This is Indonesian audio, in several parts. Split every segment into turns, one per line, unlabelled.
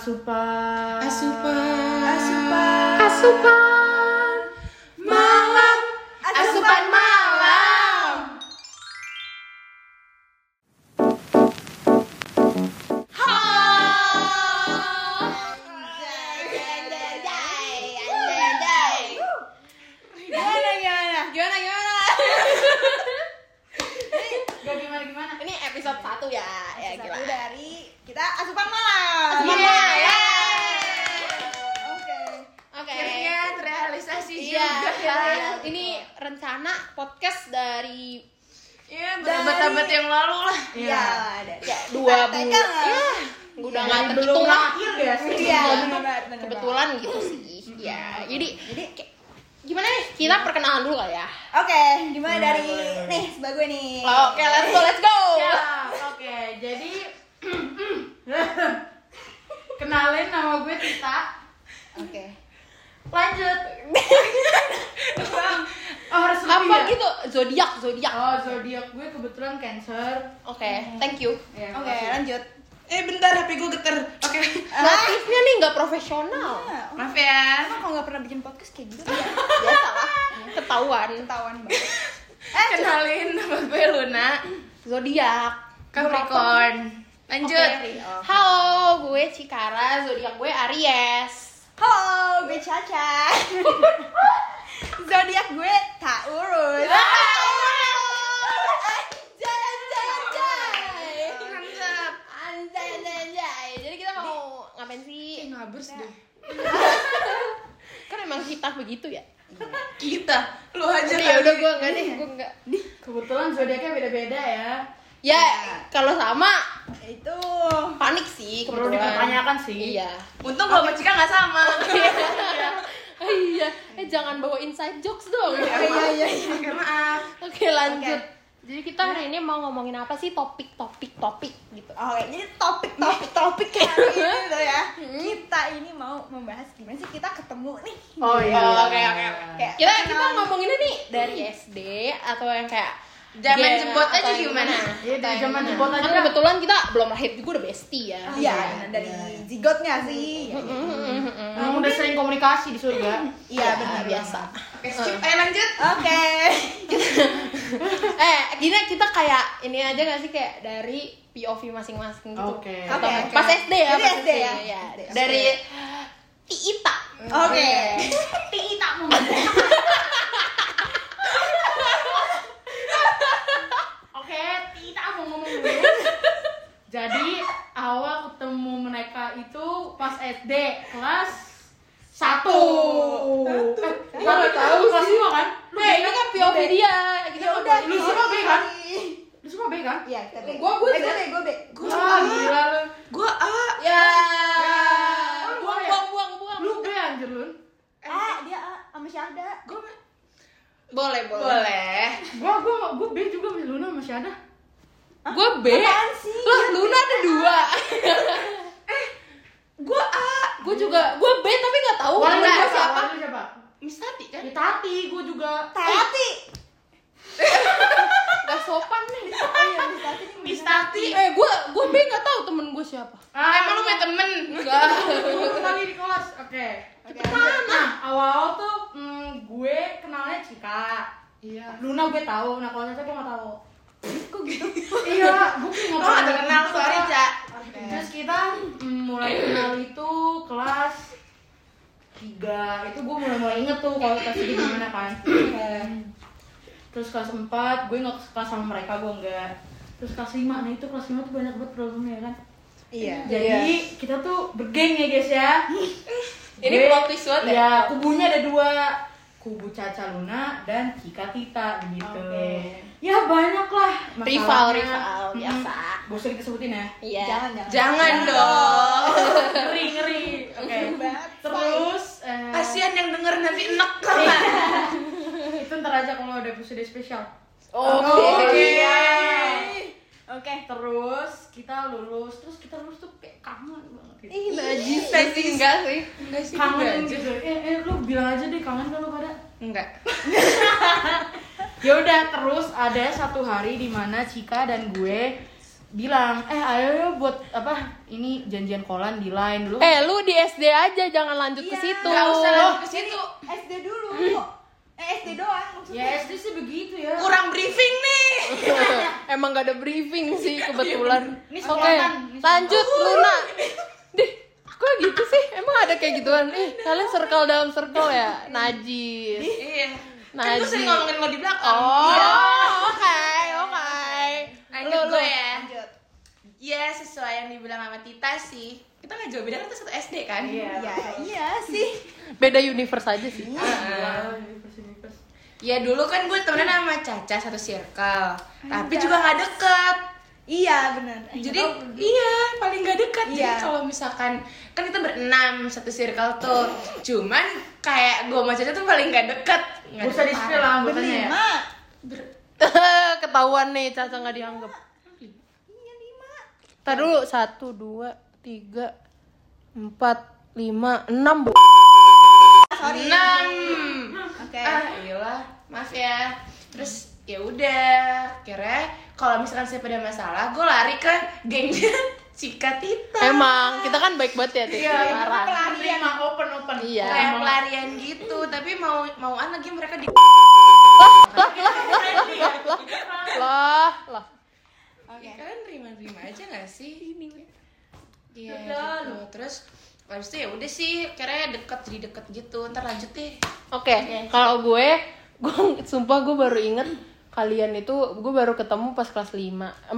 Asupan.
Asupan.
Asupan.
Asupan malam. Asupan malam.
Gimana gimana?
Gimana gimana?
Gak gimana gimana?
Ini episode 1 ya. Ya
Satu
gimana?
dari kita asupan malam.
Asupan
Yeay.
malam, ya.
Oke.
Oke.
Akhirnya
Kan
terrealisasi
Iya,
juga ya.
iya. ini rencana podcast dari
Iya,
Dari-
berdebat-debat yang lalu lah.
Iya, dari.
ya, dua
Praktekan
bulan.
lah.
Ya, udah nggak
Dari
terhitung lah.
lahir ya sih.
Iya.
bener banget, bener
Kebetulan gitu sih. Ya, jadi
banget. Jadi
gimana nih? Kita perkenalan dulu lah ya.
Oke, dimulai dari nih sebagai nih.
Oh, Oke, let's go, let's go.
Ya, oke. Jadi kenalin nama gue Tita.
Oke.
Lanjut. Bang, oh, harus lebih
Apa
ya?
gitu? Zodiak, zodiak.
Oh, zodiak gue kebetulan Cancer.
Oke, thank you.
Ya,
Oke,
makasih.
lanjut.
Eh bentar HP gue geter. Oke.
Eh, Ah. Notifnya nih nggak profesional.
Nah,
Maaf ya.
emang kalau nggak pernah bikin podcast kayak gitu ya
Iya, Biasa lah, ketahuan.
ketahuan banget.
Kenalin nama gue Luna.
Zodiak.
Capricorn. Lanjut.
Oke. Halo, gue Cikara, zodiak gue Aries.
Halo, gue Caca. Zodiak gue tak urus.
Iya.
Anjay, anjay, anjay.
Mantap.
Anjay, anjay, anjay. Jadi kita mau ngapain
Eh,
sih?
ngabers deh.
Kan emang kita begitu ya.
Kita. Lu aja
Jadi ya
kali.
udah gue enggak deh, gue enggak.
Kebetulan zodiaknya beda-beda ya.
Ya, kalau sama
Itu
panik sih
Perlu
kebetulan.
dipertanyakan sih.
Iya.
Untung gue sama Cika gak sama.
Oh, iya, eh jangan bawa inside jokes dong.
iya iya.
Oke, maaf.
Oke, lanjut. Jadi kita hari ini mau ngomongin apa sih topik-topik topik gitu.
Oke, jadi Oh, topik topik topik hari ini tuh ya.
Hmm.
Kita ini mau membahas gimana sih kita ketemu nih.
Oh iya.
Oh, oke, oke,
Kayak
Kita kita ngomonginnya nih dari SD atau yang kayak
Hmm. Zaman
gen
jebot
atau
aja
yang
gimana?
mana.
Iya, dari
Kayak
zaman
gimana.
jebot aja
Kan
dah.
kebetulan kita belum lahir juga udah bestie ya.
Oh,
Hmm,
Iya, dari zigotnya sih.
Hmm. Emang udah sering komunikasi di surga.
Iya,
Nah,
benar
biasa.
Oke,
Hmm.
skip. Ayo lanjut.
Oke.
eh, gini kita kayak ini aja gak sih kayak dari POV masing-masing gitu.
Oke.
Atau
Oke.
Pas SD ya,
Jadi
pas
SD ya.
Iya.
SD.
Dari Tiita.
Oke.
Iya. Tita mungkin. Oke, Tita mau ngomong dulu. Jadi awal ketemu mereka itu pas SD kelas satu. Eh, Kalau tahu kelas dua kan? Lu B
Nah,
gitu.
ini
kan?
kan POV dia. Kita
Ya udah.
Lu semua B kan? Lu semua B kan?
Iya, kita B.
Gua- gua
Eh, gue B, gue B.
Wah, gila lu.
Gue A.
Ya.
Oh, lu
Buang,
ya?
buang, buang, buang.
Lu B anjir lu. Eh.
Ah, dia ah, sama Syahda.
Gue
Boleh, boleh.
boleh.
Gua gua gua B juga sama Luna masih ada.
Gue B.
Apaan sih?
Lah, Luna ada dua.
Gue A.
gue juga, gue B tapi nggak tahu
Warna
Luna
siapa?
siapa.
Warna siapa?
Oh, Miss Tati kan?
Ya, Tati, gua juga.
Tati.
Gak sopan nih.
Oh iya, Miss Tati.
Miss Tati.
Eh, gue gue B nggak tahu temen gue siapa.
Ah,
Emang lu punya temen?
Enggak.
lagi di kelas. Oke.
Oke.
Nah, awal-awal tuh mm, gue kenalnya Cika.
Iya.
Luna gue tahu, nah kalau Caca gue nggak tahu.
Kok gitu?
iya, gue sih nggak
Lo gak terkenal, sorry, Cak. Eh.
Terus kita mm, mulai kenal itu kelas tiga itu gue mulai mulai inget tuh kalau kelas tiga gimana kan terus kelas empat gue nggak kelas sama mereka gue enggak terus kelas lima nah itu kelas lima tuh banyak banget problemnya ya kan
Iya.
Jadi kita tuh bergeng ya guys ya.
Ini
Gue-
plot twist banget ya?
Iya, kubunya ada dua. Kubu Caca Luna dan Cika Tita gitu.
Oke.
Ya banyak lah
Rival,
masalahnya.
rival,
Mm-mm.
biasa.
Gak usah kita sebutin ya.
Iya.
Jangan, jangan.
Jangan dong.
ngeri ngeri. Oke.
Banget.
Terus eh, Iya.
Kasian yang denger nanti enek lah.
itu ntar aja kalau ada episode spesial.
Oke.
Iya.
Oke.
Terus kita lulus, terus kita lulus tuh kayak kangen banget. Gitu.
Ih, najis sih enggak sih.
Enggak sih, enggak
kangen
aja.
gitu. Eh, eh, lu bilang aja deh kangen kan lu pada.
Enggak.
ya udah terus ada satu hari di mana Cika dan gue bilang eh ayo yuk buat apa ini janjian kolan di line dulu
Eh, lu di SD aja jangan lanjut ke
Iya.
situ.
Gak usah
Oh,
lanjut ke situ. Iya,
SD dulu. Eh SD doang maksudnya.
ya SD sih begitu ya
Kurang briefing nih.
Emang gak ada briefing sih
Iya,
kebetulan.
Ini
Oke,
spontan, ini spontan.
lanjut
Oh.
Luna. Dih, kok gitu sih? Emang ada kayak gituan? Ih, kalian circle dalam circle ya? Najis.
Iya. Kan
Najis.
gue sering ngomongin lo di belakang. Iya.
Oh, oke, oke.
Lanjut
Lu, lu.
gue ya.
Lanjut.
Ya sesuai yang dibilang sama Tita sih. Kita nggak jauh beda kan kita satu SD kan.
Ya iya sih.
Beda universe aja sih.
Iya,
Heeh. Ya dulu kan gue temenan sama Caca satu circle,
Anjay.
tapi juga nggak deket.
Iya benar.
Jadi iya paling nggak dekat.
Iya.
Jadi kalau misalkan kan kita berenam satu circle tuh, cuman kayak gue sama Caca tuh paling nggak deket. Nggak
Gak usah di
deket.
spill lah anggotannya ya
Iya. berlima.
Ketahuan nih, Caca nggak dianggap.
Iya lima.
Tar dulu, satu, dua, tiga, empat, lima, enam, bu.
Sorry.
Enam.
Oke.
Ah iyalah, maaf ya. Terus ya udah, kira kalau misalkan saya pada masalah, gue lari ke gengnya Cika Tita.
Emang, kita kan baik banget ya, Titi.
iya itu
Parah.
pelarian open open
Iya.
Kayak pelarian gitu, tapi mau mauan lagi mereka di
Lah, lah.
Oke.
Ya, kalian terima-terima aja gak sih? Iya
Udah,
gitu. Terus habis itu ya udah sih, kayaknya deket jadi deket gitu. Ntar lanjut deh.
Oke, kalau gue, gue sumpah gue baru inget kalian itu gue baru ketemu pas kelas 5,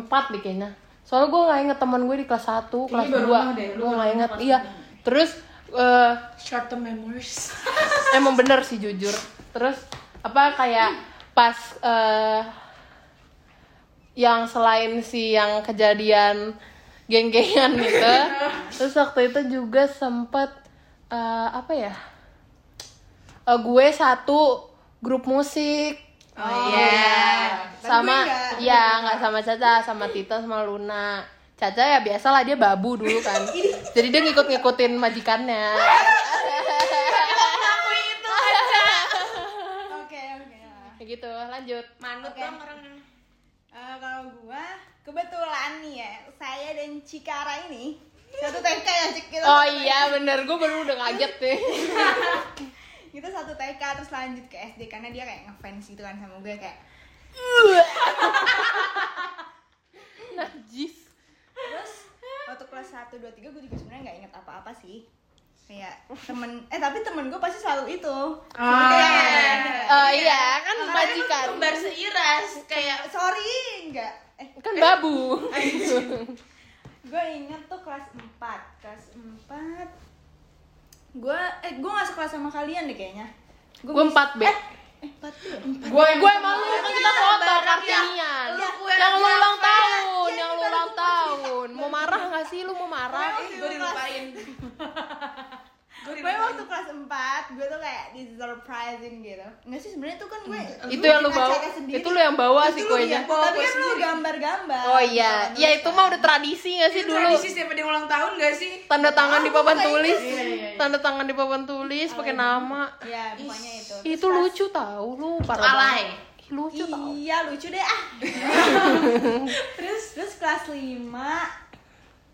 4 deh kayaknya. Soalnya gue nggak inget teman gue di kelas 1, kelas
baru ngeh deh, lu
2, gue
baru
nggak
ngeh
inget.
kelas
Iya, terus eh,
Short term memories.
emang bener sih jujur. Terus apa kayak pas eh, yang selain si yang kejadian geng-gengan gitu, terus waktu itu juga sempet eh, apa ya? Eh, gue satu grup musik
Oh iya.
sama
Tapi gue nggak.
ya nggak sama Caca sama Tita sama Luna Caca ya biasa lah dia babu dulu kan jadi dia ngikut-ngikutin majikannya
Aku itu aja.
Oke oke.
Kayak gitu lanjut
Manut
Oke.
dong orangnya.
Eh, kalau gua kebetulan nih ya, saya dan Cikara ini satu TK ya Cik kita.
oh iya bener gue baru udah kaget nih
Kita satu TK terus lanjut ke SD karena dia kayak ngefans gitu kan sama gue kayak
najis
terus waktu kelas 1, 2, 3 gue juga sebenarnya nggak inget apa-apa sih kayak temen eh tapi temen gue pasti selalu itu
Ah.
Kebetulan.
oh iya kan
Karena
majikan
kan kembar seiras kayak
eh,
Eh,
sorry enggak eh
kan babu
gue inget tuh kelas 4 kelas 4 gue eh gue nggak sekelas sama kalian deh kayaknya
gue empat B
eh, 4 tuh ya?
gue
gue malu kan kita foto kartinian
Lu kue
yang lu
rajin.
ulang tahun yang lu ulang tahun mau marah nggak sih lu mau marah
gue dilupain. Gue
gue
dilupain.
waktu kelas 4 gue tuh kayak di surprising gitu nggak sih sebenarnya tuh kan gue
itu yang lu
bikin
bawa
acara sendiri.
itu lu yang bawa
Itu
sih
lu
kuenya
yang bawa
tapi kan
kue
lu
sendiri.
gambar-gambar
oh iya ya itu mah udah tradisi gak sih
Itu
dulu
tradisi setiap ada yang ulang tahun gak sih?
tanda tangan di papan
iya,
tulis
iya, iya.
tanda tangan di papan tulis pakai nama
ya pokoknya itu
itu lucu tau lu parah
Alay.
banget. Ih, lucu tau
iya lucu deh ah terus terus kelas 5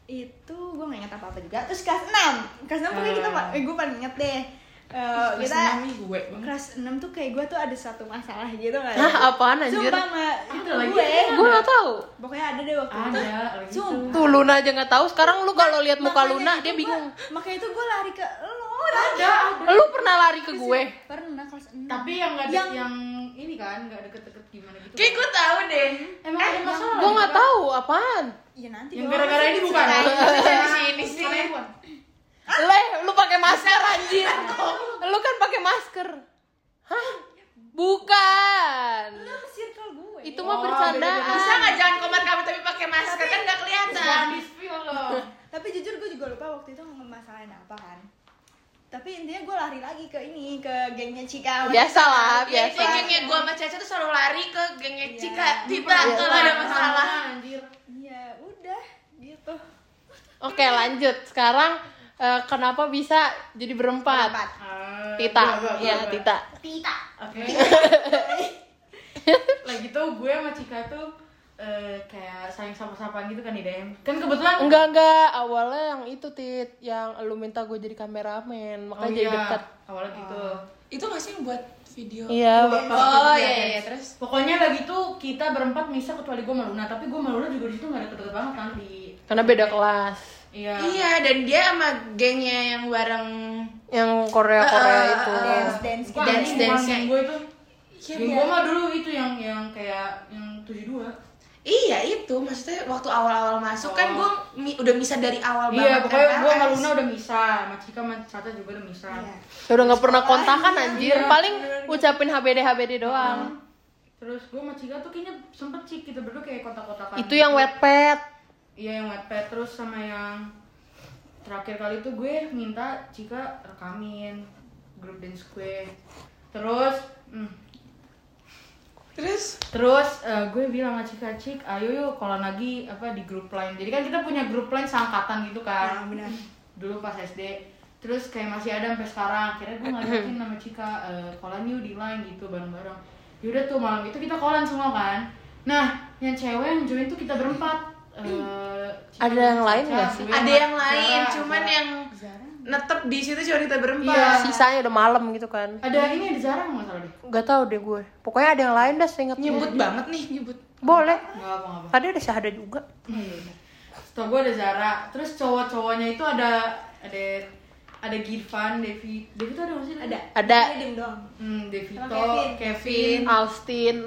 itu gue gak inget apa-apa juga terus kelas 6 kelas 6 pokoknya kita pa- eh gue paling inget deh Eh,
Kelas
kita
ya?
enam nih gue banget.
kelas 6 tuh kayak gue tuh ada satu masalah gitu kan
Hah, apaan anjir
Sumpah sama itu
lagi.
gue
gue gak tahu
Pokoknya ada deh waktu itu
Ada, gitu. lagi
Sumpah
tuh Luna aja nggak tahu sekarang lu kalau lihat muka
Makanya
Luna
itu
dia
gua-
bingung
Makanya itu gue lari ke lo Ada
lu pernah lari ke gue
Pernah kelas 6
tapi yang nggak yang...
Yang-
yang ini kan nggak deket-deket gimana gitu
Kayak gue tahu deh.
emang ada masalah
gue nggak tahu apaan
Ya nanti
yang
doang.
gara-gara ini bukan
Ceritain. Di sini sih.
Karena bukan.
leh lu pakai masker anjir lu kan pakai masker hah bukan
Itu kan circle gue
itu mah
Oh,
bercandaan
Bisa nggak jangan komen kamu tapi pakai masker kan nggak kelihatan.
Jangan di spill loh
Tapi jujur gue juga lupa waktu itu masalahin apa kan Tapi intinya gue lari lagi ke ini Ke gengnya Cika
biasa lah
Ya,
biasa
itu gengnya gue sama Caca tuh selalu lari ke gengnya
Iya.
Cika Tita kalau ada masalah.
anjir
Ya udah gitu
oke lanjut sekarang eh, kenapa bisa jadi berempat
Empat
Ah,
Tita
gua, gua, gua,
ya
gua.
Tita
Tita
Oke. Lagi tuh gue sama Cika tuh eh, kayak saling sapa-sapaan gitu kan di DM kan kebetulan
Enggak enggak, awalnya yang itu tit, yang lu minta gue jadi kameramen,
oh,
makanya jadi
iya.
dekat.
awalnya gitu
Itu gak sih yang buat video?
Iya,
Oh iya iya iya. terus
pokoknya lagi tuh kita berempat misah kecuali gue Luna tapi gue Luna juga di situ nggak deket-deket banget kan di
karena beda kelas.
iya
Iya dan dia sama gengnya yang bareng
Yang Korea Korea
Eh, eh,
itu.
dance dance gitu
Gua
Dance,
anjing,
dance-nya.
bukan gue itu
Iya,
Geng
biar-
gue mah dulu itu yang yang kayak yang 72
Iya itu maksudnya waktu awal-awal masuk kan gue udah bisa dari awal
Iya,
banget kan.
pokoknya gue sama
MLS.
Luna udah misah, sama Cika sama Tata juga udah misah.
Iya.
eh.
Ya udah nggak pernah kontakan
Iya,
anjir, paling ucapin HBD HBD doang.
Hmm,
Terus gue sama Cika tuh kayaknya sempet cik kita berdua kayak kotak-kotakan.
Itu yang
gitu.
wet pet.
Iya yang wetpad terus sama yang terakhir kali tuh gue minta Cika rekamin grup dance gue. Terus hmm,
Terus
terus eh, gue bilang sama Cika Cik, ayo yuk kalau lagi apa di grup lain. Jadi kan kita punya grup lain seangkatan gitu
nah
kan.
benar
dulu pas SD terus kayak masih ada sampai sekarang akhirnya gue ngajakin sama Cika eh, kolan yuk di line gitu bareng-bareng yaudah tuh malam itu kita kolan semua kan nah yang cewek yang join tuh kita berempat Eh, Cika,
Ada yang lain
Caca,
nggak sih?
gue
ada
sama
yang lain
Zara,
cuman
Zara.
yang netep di situ cuma kita berempat.
Iya.
Sisanya udah malam gitu kan.
ada ini ada Zara nggak salah deh
Gak tau deh gue. Pokoknya ada yang lain dah seinget
Nyebut banget nih Iya. nyebut.
Boleh.
nggak apa-apa
Tadi ada syahada juga.
Oh, iya, Setahu gue ada Zara terus cowok-cowoknya itu ada ada ada Girvan Devi Devi tuh ada nggak sih
ada
Ada.
Ini Iya, diem doang
hmm, Devito
Sama Kevin.
Kevin
Austin.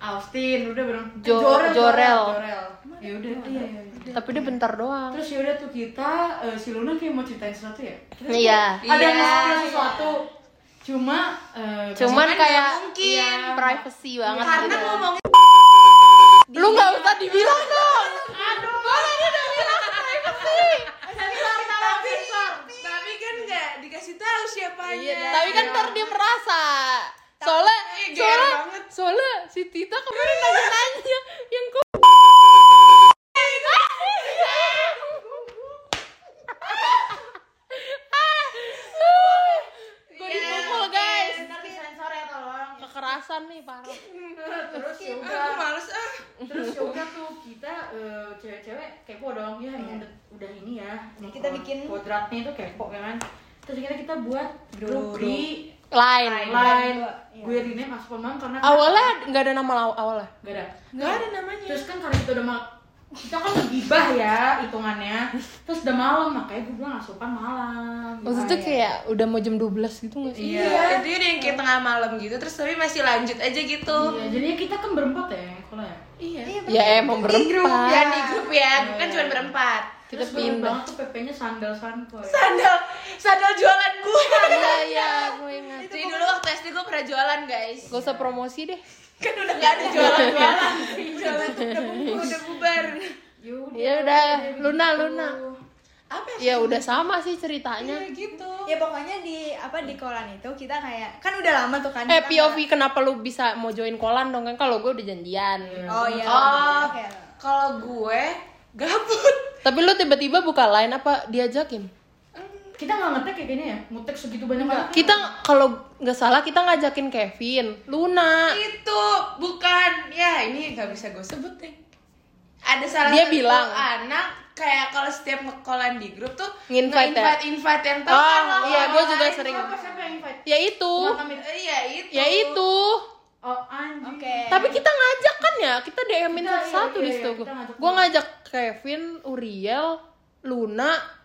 Austin udah bener
Jo-
Jorel
Jorel.
Jorel ya udah iya iya iya.
Tapi dia bentar doang.
terus ya udah tuh kita eh, si Luna kayak mau ceritain sesuatu ya Kita
Iya.
ada yang
Iya.
mau sesuatu cuma eh,
Cuman
nggak
kayak
mungkin.
iya, privacy banget
Karena
gitu.
ngomongin
Lu nggak usah dibilang dong.
aduh boleh dia udah bilang privacy. tapi tapi kan nggak dikasih tahu siapanya.
Tapi kan ntar dia merasa. Soalnya,
Iya, GR
soalnya,
banget. Iya.
soalnya si Tita kemarin nanya-nanya yang kok
Iya.
Gue dipukul guys
Iya,
Iya.
ntar disensor ya tolong
Kekerasan nih parah
terus
Iya,
ya udah
Aku males ah.
terus ya udah tuh kita eh, cewek-cewek kepo dong ya emang udah- udah ini ya Emang
Iya. Kita
kalau
bikin-
kodratnya itu kepo ya kan terus akhirnya kita buat grup
Grup.
di
Lain
lain
Dua, iya.
gue Rine masuk pemang karena
Awalnya nggak ada nama law- awalnya
gak ada
Gak ada namanya.
Terus kan karena kita udah mal kita kan ngegibah ya hitungannya terus udah malam makanya gue bilang asupan malam gitu.
Maksudnya kayak udah mau jam 12 gitu gak sih?
Iya, itu dia yang kayak tengah malam gitu, terus tapi masih lanjut aja gitu.
Iya, jadinya kita kan berempat ya kalau ya
Iya.
Ya emang berempat
Ya di grup
Iya.
ya, gue kan cuma berempat.
Kita
terus banyak
pindah
banget tuh PP-nya sandal sankoy
Sandal, sandal jualan gue.
Iya iya gue ingat
Jadi dulu waktu SD gue pernah jualan guys.
Gak usah promosi deh
Kan udah gak ada jualan-jualan. jualan tuh udah bu- udah bubar.
Yaudah.
Ya udah, Luna, Luna.
Apa ya?
Ya udah sama sih ceritanya.
gitu.
ya pokoknya di apa di kolan itu kita kayak kan udah lama tuh kan
Eh
kita
POV
nggak-
kenapa lu bisa mau join kolan dong kan kalau gue udah janjian.
oh iya
Oh,
oke.
kalau gue gabut.
Tapi lu tiba-tiba buka line apa diajakin?
kita nggak ngetek ya kayaknya ya ngetek segitu banyak banget kan?
Kita kalau nggak salah kita ngajakin Kevin, Luna.
Itu bukan ya ini nggak bisa gue sebut deh. Ada salah
Dia
satu
bilang.
anak kayak kalau setiap ngekolan di grup tuh
Nge-invite ya?
invite invite yang tau
Oh,
kan lo
iya, gue juga
online.
sering.
siapa siapa yang invite
Ya itu.
Eh, Iya itu.
Ya itu.
oh anjing
oke
Tapi kita ngajak kan ya, kita DM-in
Kita, iya,
satu-satu
iya,
di
iya,
situ
kita ngajak
Gue ngajak Kevin, Uriel, Luna.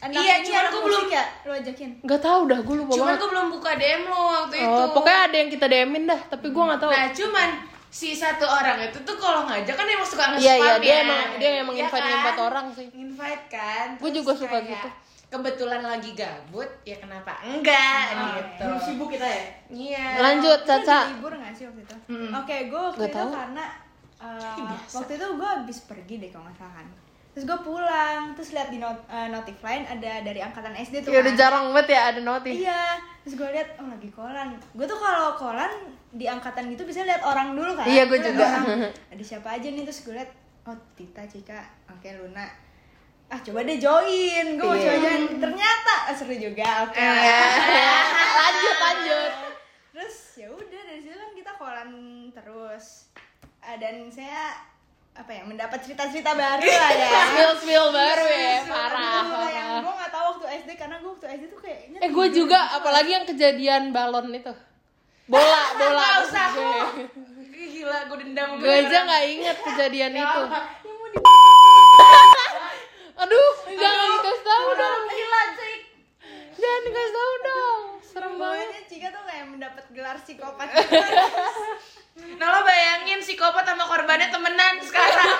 Anak
Iya,
ini
cuman
anak
gua
musik
belum-
ya lu ajakin
Gak tahu dah, gue lupa
Cuman
banget.
gue belum buka DM lo waktu itu.
Oh, pokoknya ada yang kita DM-in dah, tapi gue nggak tahu.
Nah, cuman si satu orang itu tuh kalau ngajak kan emang suka nge-spam
Iya iya, dia
ya.
emang dia emang
Iya
invite
kan?
invite orang sih.
Invite kan.
Gua
Terus
juga suka
kayak,
gitu.
Kebetulan lagi gabut, ya kenapa enggak gitu.
belum sibuk kita ya
Iya.
Lanjut
Lu
Caca.
udah libur nggak sih waktu itu
Mm-mm.
oke gue waktu
Nggak
itu
tahu.
karena uh,
biasa.
waktu itu gue habis pergi deh kalau nggak salah kan. terus gue pulang terus lihat di not- uh, notif lain ada dari angkatan SD tuh
Ya udah
kan.
jarang banget ya ada notif.
iya terus gue lihat oh lagi kolan gue tuh kalau kolan di angkatan gitu bisa lihat orang dulu kan
Iya,
Gua
gua
liat
juga.
orang. ada siapa aja nih terus gue lihat oh Tita Cika oke Luna ah coba deh join gue mau
Iya. Eh.
join ternyata ah, seru juga oke Iya,
lanjut lanjut.
terus ya udah dari situ kan kita kolan terus Ah, Eh, dan saya apa ya mendapat cerita-cerita baru lah ya Iya,
Spill spill baru ya,
Baru
parah.
lah yang
parah.
gue nggak tahu waktu SD karena gue waktu SD tuh kayaknya
Eh gue juga, apalagi yang kejadian balon itu. Bola, bola.
Gak usah aku. Gila, gue dendam
Gue aja nggak inget kejadian itu. Aduh, jangan dikasih tahu dong.
Gila, Cik.
Jangan dikasih tahu dong. Serem banget.
Pokoknya Cika tuh kayak mendapat gelar psikopat
Nah lo bayangin psikopat sama korbannya temenan kan- sekarang.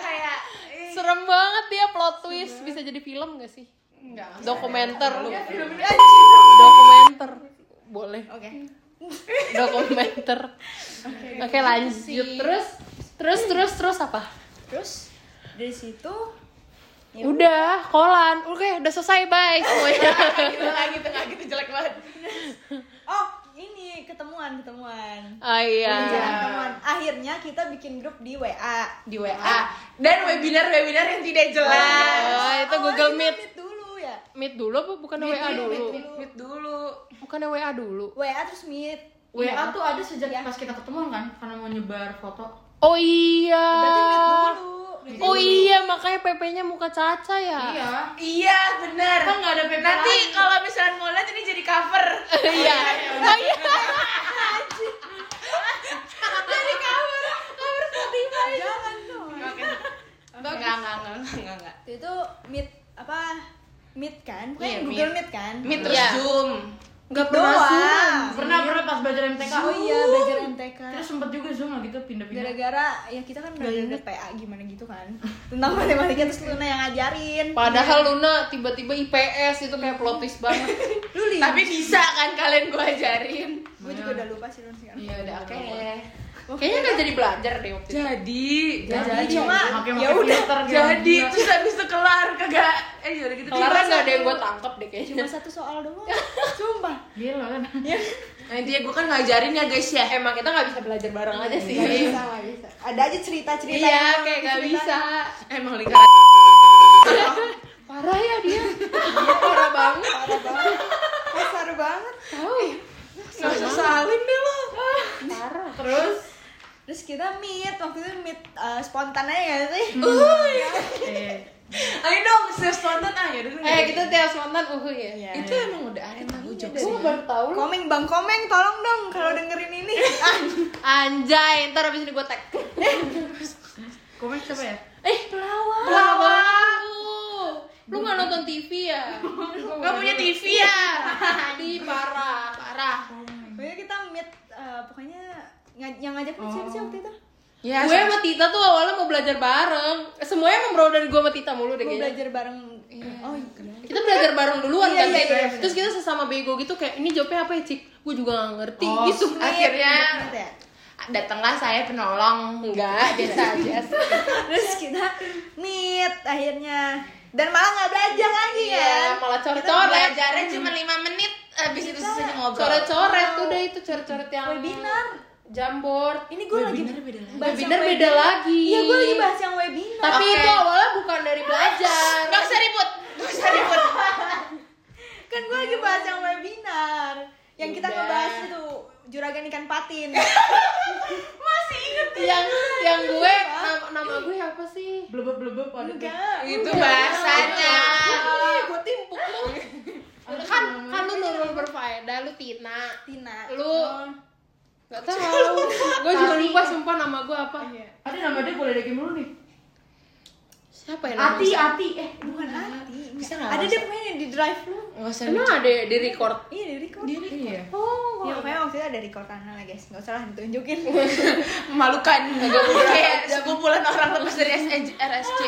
Kayak ih,
Serem banget dia plot twist bisa jadi film gak sih?
enggak.
Dokumenter.
Filmnya
Dokumenter. Boleh.
iya. Oke
Dokumenter. Oke, lanjut. Terus terus terus terus apa?
Terus dari situ Ya
Udah, kolan. Oke, udah selesai, bye semuanya.
Gitu lagi tengah gitu jelek banget.
Oh ini ketemuan ketemuan
Ah iya.
Ketemuan. Akhirnya kita bikin grup di WA
Di WA dan webinar-webinar yang tidak jelas.
Oh, itu
Awalnya
Google
kita
Meet.
dulu ya
Meet dulu apa bukan WA dulu?
Meet, meet dulu.
Bukan WA dulu.
WA terus Meet
Iya.
WA tuh ada sejak pas kita ketemuan kan karena mau nyebar foto.
Oh iya.
berarti Meet dulu
Oh iya, makanya PP-nya muka Caca ya.
Iya.
Iya, benar.
Kan nggak ada paper
Nanti
lagi.
kalau misalnya mau lihat ini jadi cover.
Iya. Oh iya.
Jangan dong
Enggak, enggak, enggak, enggak, enggak.
Waktu itu Meet apa Meet kan bukan
Iya,
Google
Meet.
Meet kan
Meet terus
Iya.
Zoom.
Enggak
doang
Ah,
Pernah
iya.
pernah pas belajar MTK.
Oh iya belajar MTK
Terus sempet juga Zoom gitu pindah-pindah.
gara-gara ya kita kan udah ada PA gimana gitu kan tentang matematika terus Luna yang ngajarin
Padahal Luna tiba-tiba IPS itu kayak plot twist banget.
lu lihat
Tapi bisa kan kalian gue ajarin.
gue juga udah lupa sih Luna sekarang
Ya udah oke.
Iya. Kayaknya nggak jadi belajar deh waktu itu.
Jadi,
jadi cuma
ya udah
Iya,
jadi terus habis itu kelar kagak eh ya udah gitu
Kelara
tiba
nggak ada
satu.
yang gue tangkap deh kayaknya.
cuma satu soal doang sumpah
Gila kan.
Iya.
Nah, intinya gue kan ngajarin ya guys ya. Iya,
Emang kita nggak bisa belajar bareng aja sih.
Gak bisa, gak bisa. Ada aja cerita-cerita
Iya,
yang
kayak nggak
cerita-
bisa.
Emang lingkaran.
Parah ya dia.
Iya,
Dia parah banget.
Parah banget. Kasar banget.
Tahu.
Eh, Nggak usah saling deh lo.
Parah.
Terus
Terus kita meet, waktu itu meet eh, spontan aja gak sih?
Hmm.
eh
Ayo dong, serius tonton ah ya udah.
Eh kita tiap semantan uhu ya.
Iya.
itu emang udah ada tahu jokes.
Gue baru tahu Eh, loh.
Komeng Bang Komeng, tolong dong kalau dengerin ini. Ah,
Anjay, ntar abis ini gue tag.
komen siapa ya?
Eh, pelawak. Pelawak. Lu nggak nonton TV ya?
Gak punya TV ya.
Di parah, parah.
pokoknya kita meet eh, pokoknya nga- yang ngajak meet siapa sih
Oh.
waktu itu?
Ya,
gue sama Tita tuh awalnya mau belajar bareng. Semuanya membrol dari gue sama Tita mulu deh
Mau
kayaknya.
belajar bareng. Oh, iya.
Kita belajar bareng duluan
Iya,
kan
iya,
Cik?
iya,
Terus kita sesama bego gitu kayak ini jawabnya apa ya Cik? Gue juga gak ngerti
Oh,
gitu. Iya.
akhirnya
Meet ya?
datanglah saya penolong.
Enggak, biasa aja sih.
Terus kita meet akhirnya. Dan malah nggak belajar lagi ya.
Iya, malah coret-coret.
Belajarnya cuma 5 menit habis itu sih ngobrol.
Coret-coret udah itu coret-coret yang
Webinar.
jambor.
Ini gue lagi bahas yang
Webinar beda lagi.
Iya, gue lagi bahas yang webinar.
Tapi
Oke.
itu awalnya bukan dari belajar.
Gak usah ribut. Gak usah ribut.
kan gue lagi bahas yang webinar yang kita
Udah.
ngebahas itu juragan ikan patin masih inget
yang yang gue nama, nama gue apa sih?
Blebeb-blebeb ada tuh.
enggak
itu bahasanya.
Ih, gue timpuk lu. kan kan lu Nurul berfaedah, lu Tina.
Tina
Lu Gak tahu. Gue juga lupa sumpah nama gue apa.
Ada nama dia boleh dekin dulu nih.
Siapa ya namanya?
Ati, Ati, eh
bukan hati
Bisa nggak
ada dia pokoknya di drive lu
Gak usah
Emang ada ya di record?
iya di record
Iya.
Oh.
ya pokoknya waktu itu ada recordannya lah guys nggak usah lah ditunjukin
memalukan kayak sekumpulan orang lepas dari SJ RSC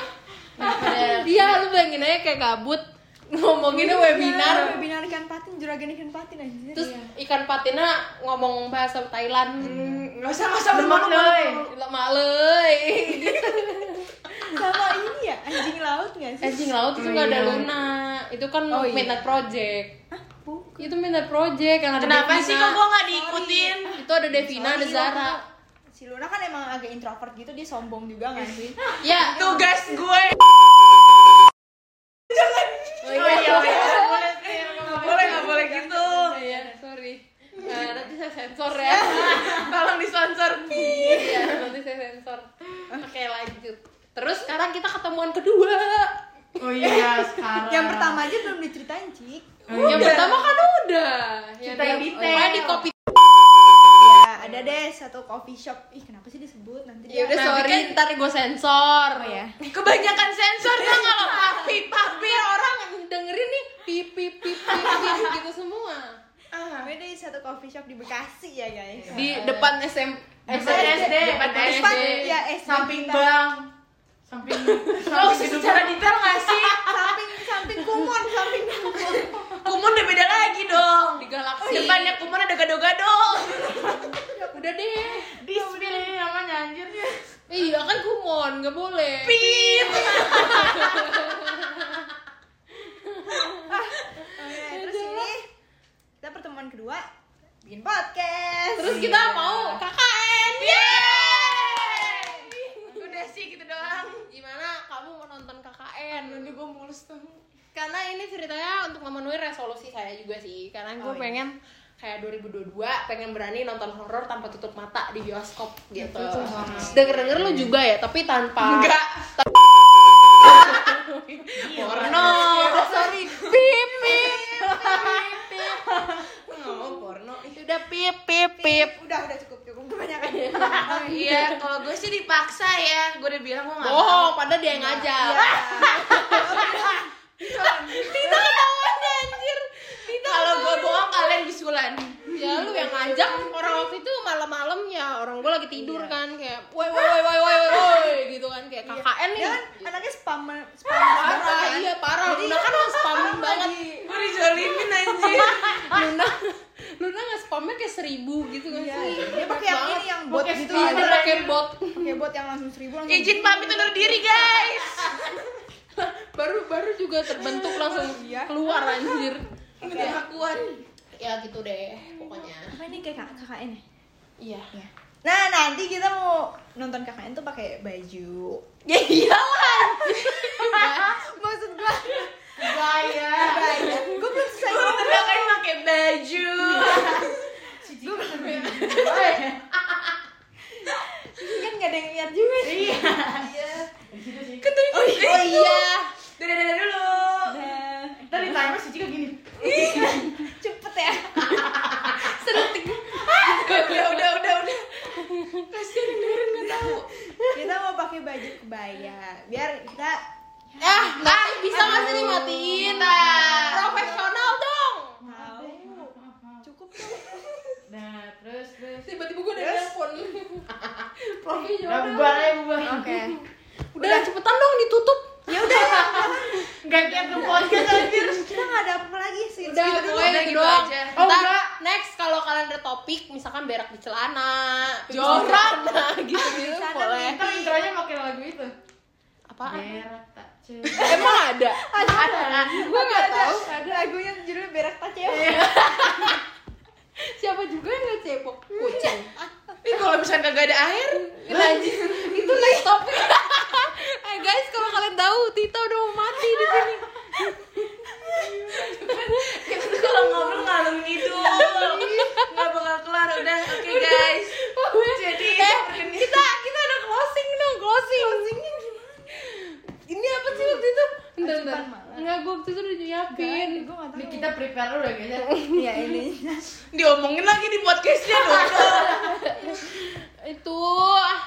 daripada
Iya, lu bayangin aja kayak kabut ngomonginnya
Nah,
webinar.
webinar ikan patin juragan ikan patin Iya. aja
Terus ikan patina ngomong bahasa Thailand.
nggak usah nggak usah
Lemak doi.
bermalu-malu.
Lemak leuy.
sama ini ya anjing laut nggak sih
Anjing Eh, laut itu nggak ada
Iya.
Luna. Itu kan
Oh, iya.
minat project.
Hah, bu
Itu minat project yang ada
kenapa
Devina.
sih kok gue nggak diikutin
Itu ada Devina, ada
Sorry,
Zara.
waktu itu si Luna kan emang agak introvert gitu dia sombong juga nggak sih
Ya,
tugas gue
Oh, iya.
nggak boleh nggak boleh gitu
Oh, iya, sorry. Eh, nanti saya sensor ya.
tolong disponsor
Iya, nanti saya sensor. Oke, lanjut. Terus sekarang kita ketemuan kedua.
Oh iya
Eh,
sekarang. Oh, iya.
Yang pertama aja belum diceritain, Cik.
Yang pertama kan udah.
Cerita yang
dia-
detail.
pokoknya di kopi.
Ya, ada deh satu coffee shop. Ih, kenapa sih disebut? Nanti
Ya
dia
udah
Nanti
sorry,
kan-
ntar gue sensor. ya,
Oh ya.
Kebanyakan sensor dong kalau papi papi.
Biar orang dengerin nih pip pip pip pip, pip, gitu semua.
Gue di Ah, satu coffee shop di Bekasi ya, guys.
Di depan SM
Depan SD,
depan
depan
SD.
Depan, ya, SD
Eh, samping
kita.
bang. Samping.
Gak
samping
usah
gedung
secara
bang.
detail gak sih?
samping samping kumon samping kumon
Kumon udah beda lagi dong.
Di galaksi.
Oh, Depannya kumon ada gado-gado.
Udah deh.
Dispil ini namanya anjir.
Iya kan kumon, nggak boleh.
Pip.
Oke, terus ini kita pertemuan kedua bikin podcast Iya.
Terus kita
Iya.
mau KKN.
Udah sih gitu doang.
Gimana kamu menonton KKN?
Udah gue mulus tuh.
Karena ini ceritanya untuk memenuhi resolusi saya juga sih. Karena gue
Oh, iya.
pengen kayak 2022 pengen berani nonton horor tanpa tutup mata di bioskop gitu. Denger-denger lu juga ya, tapi tanpa
Enggak.
porno. oh, Sorry,
gitu.
pip pip.
Ngomong porno.
Udah pip pip pip.
udah udah cukup cukup kebanyakan
Oh iya, kalau gue sih dipaksa ya. Gue udah bilang gue gak
Bohong, padahal dia yang ngajak.
Iya.
Tita ketahuan anjir. Tita
Kalau gue bohong kalian bisulan.
ya lu yang ngajak orang waktu itu malam-malam ya orang gue lagi tidur
Iya.
kan kayak woi woi woi woi woi woi gitu kan kayak KKN nih
Iya
dia kan anaknya spam spam
parah
banget kan.
iya parah Luna kan nge spam banget
Gue dijolimin anjir.
Luna Luna nge spamnya kayak seribu gitu kan
Iya,
sih
dia pakai yang ini yang bot
Pakai
gitu
spam.
Iya,
ada.
dia pakai bot
pakai bot yang langsung seribu langsung
Izin pamit undur diri guys.
baru baru juga terbentuk langsung
Iya.
keluar anjir Iya.
Minta pengakuan.
ya gitu deh pokoknya
apa ini kayak K- KKN ya?
iya
nah nanti kita mau nonton KKN tuh pakai baju
ya iyalah
maksud gua
Gaya.
gua gua belum selesai
Gue udah kan pakai baju.
kan gak ada yang lihat juga iya
Ketujuh. Oh
oh iya
Dadah dadah dulu.
Nah.
Ntar ditanya si Cika gini.
cepet ya
Udah udah udah udah. Kasihan yang dengerin nggak tahu.
kita mau pakai baju kebaya biar kita
ah mati bisa nggak sih dimatiin Ah.
Nah.
profesional dong
mau cukup tuh
Nah terus terus.
tiba-tiba gue udah telepon
Nah
profesional
bubar aja bubar.
oke
udah cepetan dong ditutup
ya udah
Gantian ke podcast anjir.
kita nggak ada apa lagi sih
udah
Segitu doang,
pokoknya
udah
gitu
gitu
doang
aja.
Oh,
Ntar,
enggak.
next kalau kalian ada topik misalkan berak di celana
Jorok.
nah gitu gitu
celana
boleh
Eh, Ntar intronya pakai lagu itu.
apaan
Berak tak cewek.
emang ada ada gue nggak tahu
ada lagunya judulnya berak tak cewek
Iya. siapa juga yang nggak cebok kucing
Ini kalau misalnya kagak ada air,
lanjut itu next topik eh guys kalau kalian tahu Tita udah mau mati di sini
kita tuh kalau ngobrol ngalur ngidul. Nggak bakal kelar. Udah, oke guys. Jadi
eh kita kita ada closing dong closing closingnya gimana ini apa sih waktu itu Bentar, bentar.
Asupan malam.
Enggak, gue waktu itu udah nyiapin
gue nggak
Ini
tahu
kita prepare dulu kayaknya.
Iya,
ya ini
diomongin lagi di podcastnya dong.
itu ah,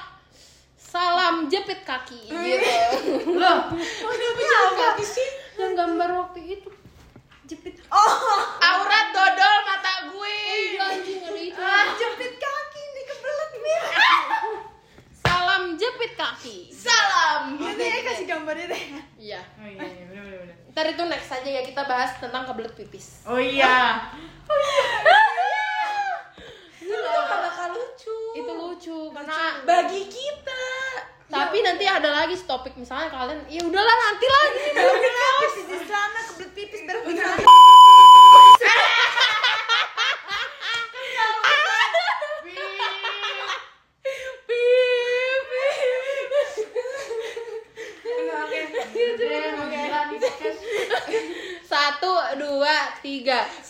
salam jepit kaki gitu
Loh,
Udah bicara kaki sih.
yang gambar waktu itu
jepit oh
Aurat dodol mata gue.
iya anjing ada itu
jepit kaki nih kebelet mir
Iya, salam jepit kaki
Salam.
ini ya kasih gambarnya deh
iya
Oh iya, iya, bener, bener, bener.
ntar itu next aja ya kita bahas tentang kebelet pipis
Oh iya.
itu tuh gak bakal lucu
iya. itu lucu karena
Bagi kita.
tapi nanti ada lagi topik misalnya kalian ya udahlah nanti lagi
udah lapis di celana kebelet pipis berak di celana
Oke, oke. Oke, oke.
satu dua tiga